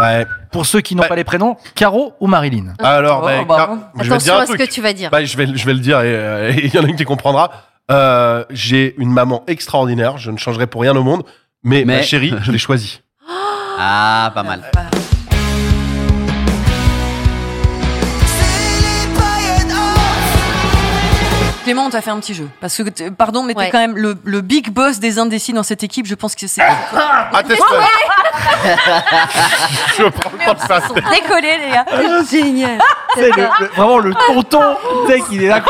Ouais. Pour ceux qui n'ont Bah- pas les prénoms, Caro ou Marilyn Ah. Alors, bah, Oh, bah, Car- bon. je vais te dire Attention un à ce truc. que tu vas dire. Bah, je, vais, je vais le dire et euh, et il y en a une qui comprendra. Euh, J'ai une maman extraordinaire, je ne changerai pour rien au monde, mais, Mais- ma chérie, je l'ai choisie. Ah, pas mal. Clément, on t'a fait un petit jeu. Parce que, t- pardon, mais Ouais. t'es quand même le, le big boss des indécis dans cette équipe. Je pense que c'est. Ah, teste Je prends le temps de passer. Décollé, les gars. Génial. C'est le- le- vraiment le tonton, tu sais, qu'il est là.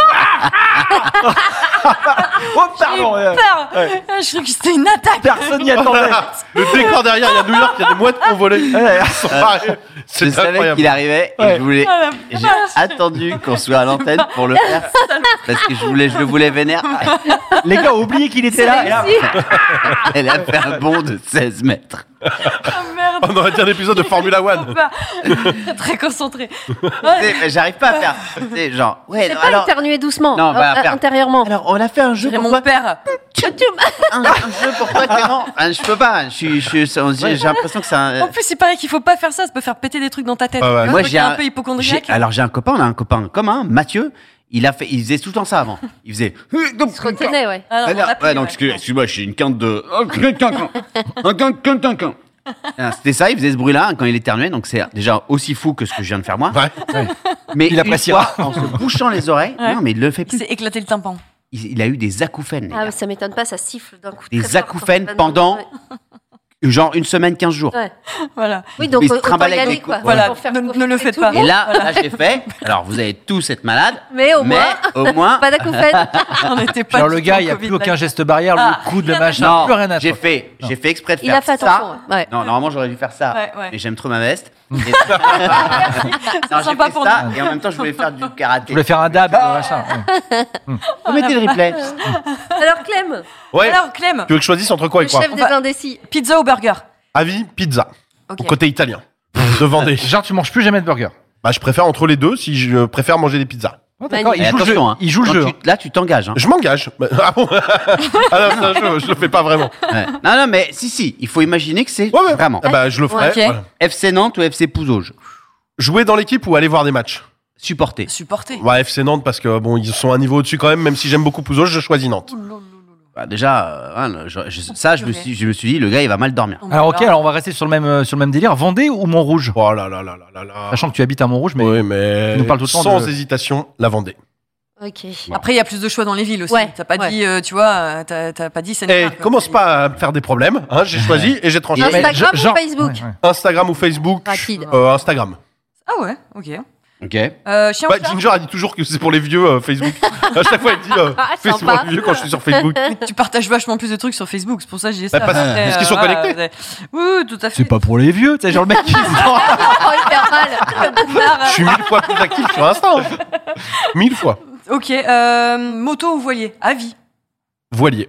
oh, pardon euh, Peur. Ah, Ouais. Je crois que c'était une attaque. Personne n'y attendait Le décor derrière, il y a New York, il y a des mouettes qu'on volait. Ouais. Ils sont pareils. Je C'est savais qu'il incroyable. arrivait et Ouais. je voulais. Ah, bah, J'ai attendu qu'on soit à l'antenne pour le faire parce que je voulais, je le voulais vénère. Les gars ont oublié qu'il était là. et là, Elle a fait un bond de 16 mètres. Ah, merde. On aurait dit un épisode de Formula One. Peur. Très concentré. Tu sais, mais J'arrive pas à faire. tu sais, genre, ouais, C'est non, pas alors, éternuer doucement, Non, on va euh, faire- intérieurement. alors, on a fait un jeu J'ai pour mon toi. père. Un, un jeu pour toi, Clément. Ah, je peux pas. Je suis- je suis- J'ai j'ai l'impression que c'est En un. euh, plus, il paraît qu'il faut pas faire ça. Ça peut faire péter des trucs dans ta tête. Ah ouais. Le Moi, truc j'ai est un, un- peu hypochondriaque. J'ai- Alors j'ai un copain, on a un copain commun, Mathieu. Il a fait, il faisait tout le temps ça avant. Il faisait. Je retenais, ouais. Ah non, on a plus, Ah, non, ouais, non, ouais. excuse- excuse-moi, je suis une quinte de. Un quinte, quinte, quinte, quinte. Ah, C'était ça, il faisait ce bruit-là quand il éternuait, donc c'est déjà aussi fou que ce que je viens de faire moi. Ouais. Mais Il une appréciera. fois, en se bouchant les oreilles, Ouais. non, mais il le fait Il plus. s'est éclaté le tympan. Il, il a eu des acouphènes. les Ah, gars. mais ça m'étonne pas, ça siffle d'un coup. Des très fort quand acouphènes c'est pas pendant- normal. Genre une semaine, 15 jours. Ouais. Voilà. Oui, donc Il se autant y trimballe avec aller, des quoi. coups. Voilà. Pour faire Ne- profiter ne le faites tout le pas. Et monde. là, là j'ai fait. Alors vous allez tous être malades, Mais au mais moins, au moins. pas d'acouphènes. On n'était pas Genre du le tout gars, au il n'y a Covid, plus aucun là. geste barrière, Ah, le coup de rien à machin, Non, plus rien à j'ai faire. fait, j'ai fait exprès de Il faire a fait ça. attention, ouais. Ouais. Non, normalement j'aurais dû faire ça, Ouais, ouais. mais j'aime trop ma veste. Et- C'est Non, j'ai sympa fait pour ça, et en même temps je voulais faire du Je karaté. voulais faire un dab, euh, machin. ouais. Remettez le replay. Alors, Clem, Ouais. Alors, Clem, Tu veux que je choisisse entre quoi et le quoi chef des Bah- indécis. pizza ou burger Avis, pizza. Ok. Au Côté italien. De Vendée. Genre, tu manges plus jamais de burger. Bah, je préfère entre les deux si je préfère manger des pizzas. Oh, D'accord, il Et joue le jeu. attention, hein. Il joue le Quand jeu. tu- là tu t'engages. hein. Je m'engage. Bah, Ah bon Ah non, ça, je, je le fais pas vraiment. Ouais. Non, non, mais si, si, il faut imaginer que c'est Ouais, ouais. vraiment. Ah bah, je le ferai. Ok. voilà. FC Nantes ou FC Pouzauge Jouer dans l'équipe ou aller voir des matchs Supporter. Supporter. Ouais, FC Nantes parce que bon, ils sont un niveau au-dessus quand même. Même si j'aime beaucoup Pouzo, je choisis Nantes. Bah, déjà, euh, hein, le- je- je- ça, je me, suis, je me suis dit, le gars, il va mal dormir. Alors, ok, alors on va rester sur le même, euh, sur le même délire. Vendée ou Montrouge Oh là là là là là là. Sachant que tu habites à Montrouge, Ah, mais oui, mais tu nous parles tout le temps sans de- hésitation, la Vendée. Ok. Après, il y a plus de choix dans les villes aussi. Ouais, T'as pas ouais. dit, euh, tu vois, euh, t'as t'as pas dit c'est Et commence pas à me faire des problèmes. hein, j'ai choisi et j'ai tranché. Mais Instagram je- ou genre- Facebook Ouais, ouais. Instagram ou Facebook Rapide. euh, Instagram. Ah ouais, ok. Ok. Euh, chien ou Bah, chat Ginger a dit toujours que c'est pour les vieux euh, Facebook. à chaque fois, elle dit euh, Ah, Facebook sympa. pour les vieux quand je suis sur Facebook. Tu partages vachement plus de trucs sur Facebook, c'est pour ça que j'ai ça. parce- Après, parce Bah, qu'ils sont voilà, connectés. euh, Oui, oui, tout à fait. C'est pas pour les vieux, tu sais, genre le mec qui se dort. Oh, hyper mal. Je suis mille fois plus actif sur Insta. hein. Mille fois. Ok, euh, moto ou voilier Avis. Voilier.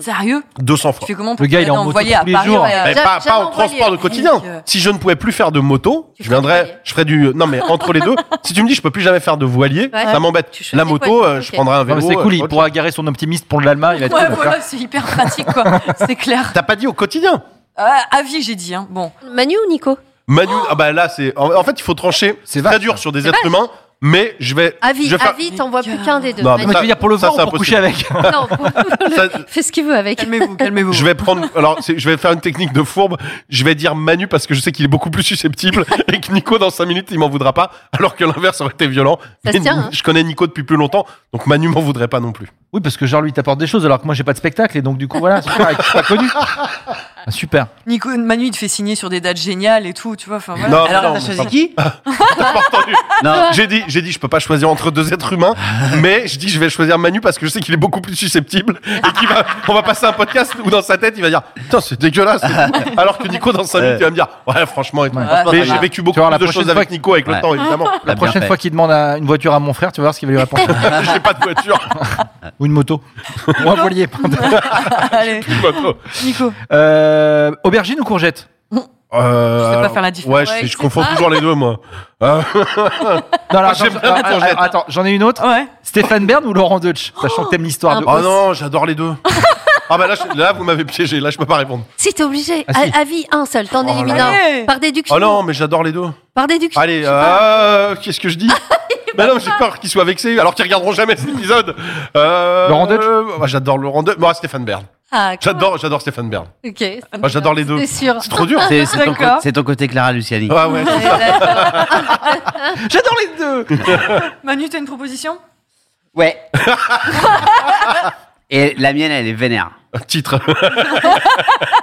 Sérieux 200 Tu fois. fais comment pour Le gars, te il est en mettre moto voilier tous à les Paris jours. ouais, Mais euh, J'a- pas, jamais pas en envoyé. transport de quotidien. Donc, euh, Si je ne pouvais plus faire de moto, Tu je viendrais, ferais je ferais du. Non, mais entre les deux, si tu me dis je peux plus jamais faire de voilier, Ouais. ça m'embête. Tu choisis La quoi, moto, toi euh, je Ok. prendrais un Non, vélo. mais c'est cool, euh, il autre pourra garer son optimiste pont de l'Allemagne. Il bah, a tout, Ouais, il va voilà, faire- c'est hyper pratique, quoi. c'est clair. chose. T'as pas dit au quotidien Ah, avis, j'ai dit, hein. Bon. Manu ou Nico Manu, Oh ah bah là, c'est. En en fait, il faut trancher. C'est C'est vache, très dur sur des êtres humains, mais je vais. Avis, je vais faire- avis, t'envoies plus qu'un des deux. Non, Ah, Manu. mais Ça- tu veux dire pour le ça, voir ou c'est pour coucher avec Non, pour- pour le- Ça- fais ce qu'il veut avec. Calmez-vous, calmez-vous. Je vais prendre. Alors, c'est- je vais faire une technique de fourbe. Je vais dire Manu parce que je sais qu'il est beaucoup plus susceptible et que Nico, dans 5 minutes, il m'en voudra pas, alors que l'inverse aurait été violent. Ça se Mais tient, hein. Je connais Nico depuis plus longtemps, donc Manu m'en voudrait pas non plus. Oui, parce que genre lui, il t'apporte des choses alors que moi, j'ai pas de spectacle et donc du coup, voilà, super, et que je suis pas connu. Ah, super. Nico, Manu, il te fait signer sur des dates géniales et tout, tu vois. Enfin, voilà. Non, Alors, non, t'as mais choisi pardon. qui Non, J'ai dit, j'ai dit, je peux pas choisir entre deux êtres humains, mais je dis, je vais choisir Manu parce que je sais qu'il est beaucoup plus susceptible et qu'il va, on va passer un podcast où dans sa tête, il va dire, putain, c'est dégueulasse. et tout. Alors que Nico, dans sa minutes, il va me dire, ouais, franchement, et tout. Ouais. mais Ouais, j'ai voilà. vécu beaucoup Tu vois, la plus de prochaine choses fois avec que- Nico avec le Ouais. temps, évidemment. La T'as bien prochaine fait. fois qu'il demande à- une voiture à mon frère, tu vas voir ce qu'il va lui répondre. j'ai pas de voiture. Ou une moto. Ou un voilier. pardon. Allez, j'ai pas de moto. Nico. Euh, aubergine ou courgette Euh, Je sais pas alors- faire la différence. Ouais, je, Ouais, je c'est confonds pas- toujours les deux, moi. Euh, Non, alors, Moi, j'aime attends, bien la ah, courgette. ah, attends, j'en ai une autre. Ouais. Stéphane Bern ou Laurent Deutsch Sachant que t'aimes l'histoire de. oh non, j'adore les deux. Ah bah là, je- là vous m'avez piégé, là je peux pas répondre. Si t'es obligé, Ah, si. à- avis un seul, t'en Oh élimines là là. un. Par déduction. Oh non, mais j'adore les deux. Par déduction. Allez, je sais pas. euh, qu'est-ce que je dis Bah non, j'ai peur qu'ils soient vexés, alors qu'ils regarderont jamais cet épisode. Euh, Laurent Deutsch euh, bah, J'adore Laurent Deutsch. Moi, Stéphane Bern. Ah, quand J'adore, j'adore Stéphane Bern. même. Ok. Moi, Bah, j'adore les deux. C'est sûr. C'est trop dur. c'est c'est ton, D'accord. co- c'est ton côté Clara Luciani. Ah ouais. Oh, J'adore les deux Manu, t'as une proposition Ouais. Et la mienne, elle est vénère. Titre.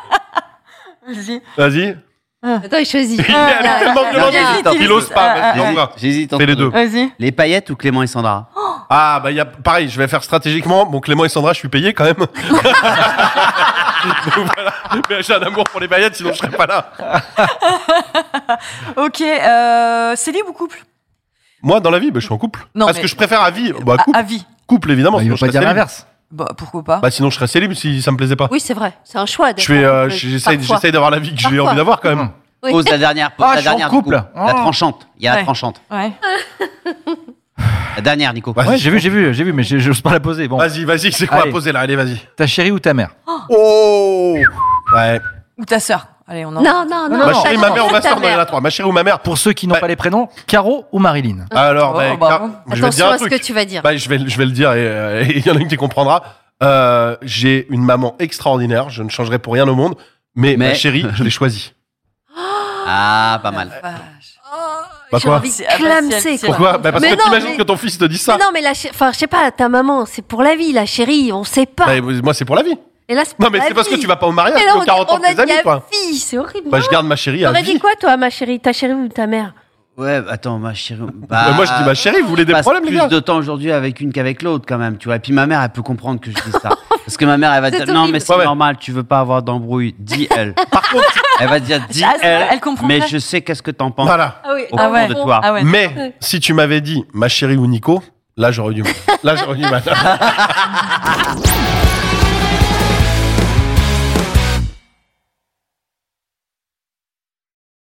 Vas-y. Vas-y. Attends, il choisit. Il est tellement violent. J'hésite, hein. Il il ose pas. vas-y, J'hésite- envoie. J'hésite Fais les deux. Vas-y. Les paillettes ou Clément et Sandra Ah bah il y a pareil, je vais faire stratégiquement. Bon Clément et Sandra, je suis payé quand même. Donc voilà. Mais j'ai un amour pour les paillettes, sinon je serais pas là. Ok, euh, c'est libre ou couple Moi dans la vie, bah, je suis en couple. Non, Parce mais- ah, que je préfère à vie. Bah couple, à, à vie. couple évidemment. Bah, Il sinon veut je pas serais dire célibe. l'inverse. Bah, pourquoi pas Bah sinon je serais célibre si ça me plaisait pas. Oui, c'est vrai. C'est un choix. Je fais, euh, j'essaye, j'essaye d'avoir la vie que j'ai Parfois. Mmh. envie d'avoir quand même. Oui. Pose la dernière. Pose Ah, je la suis en dernière. couple. Nico. La Oh. tranchante. Il y a Ouais. la tranchante. Ouais. La dernière, Nico. Vas-y. Ouais, j'ai vu, j'ai vu, j'ai vu, mais j'ai- j'ose pas la poser. Bon, Vas-y, vas-y, c'est quoi à Allez. poser là Allez, vas-y. ta chérie ou ta mère Oh Ouais. Ou ta sœur. Allez, on en. Non, non, non. Ma non, chérie, pas ma ta mère ou ma ta soeur, on en mère. a trois. Ma chérie ou ma mère. Pour ceux qui n'ont Bah- pas les prénoms, Caro ou Marilyn Ah. Alors, Oh, bah, bah, car- bon. je vais te dire Attention un à ce truc. que tu vas dire. Bah, je, vais, je vais le dire et euh, et il y en a une qui comprendra. Euh, j'ai une maman extraordinaire, je ne changerai pour rien au monde, mais, Mais- ma chérie, je l'ai choisie. Ah, pas mal. Vache. Bah, J'ai quoi envie de Ah, bah, si elle- clamser, si elle- quoi. Pourquoi bah, Parce Mais que non, t'imagines mais- que ton fils te dise ça. Mais non, mais la chérie, enfin, je sais pas, ta maman, c'est pour la vie, la chérie, on sait pas. Bah, moi, c'est pour la vie. Et là, c'est pour Non, mais la c'est parce que vie. tu vas pas au mariage, Mais tu là, as on- 40 ans on de a tes dit amis, à toi. fille, c'est horrible. Bah, je garde ma chérie à T'aurais dit vie. quoi, toi, ma chérie, ta chérie ou ta mère Ouais, attends, ma chérie. Bah, bah, moi, je dis ma chérie, vous voulez je des passe problèmes, les plus gars de temps aujourd'hui avec une qu'avec l'autre, quand même. Tu vois. Et puis ma mère, elle peut comprendre que je dis ça. Parce que ma mère, elle va C'est dire non, horrible. mais c'est Ouais, ouais. normal. Tu veux pas avoir d'embrouille. Dis elle. Par contre, elle va dire dis Ah, elle. elle comprendrait. Mais je sais qu'est-ce que t'en penses. Voilà. Ah oui, Au Ah fond ouais. de toi. Ah ouais. Hein. Mais si tu m'avais dit ma chérie ou Nico, là j'aurais dû. Là j'aurais dû.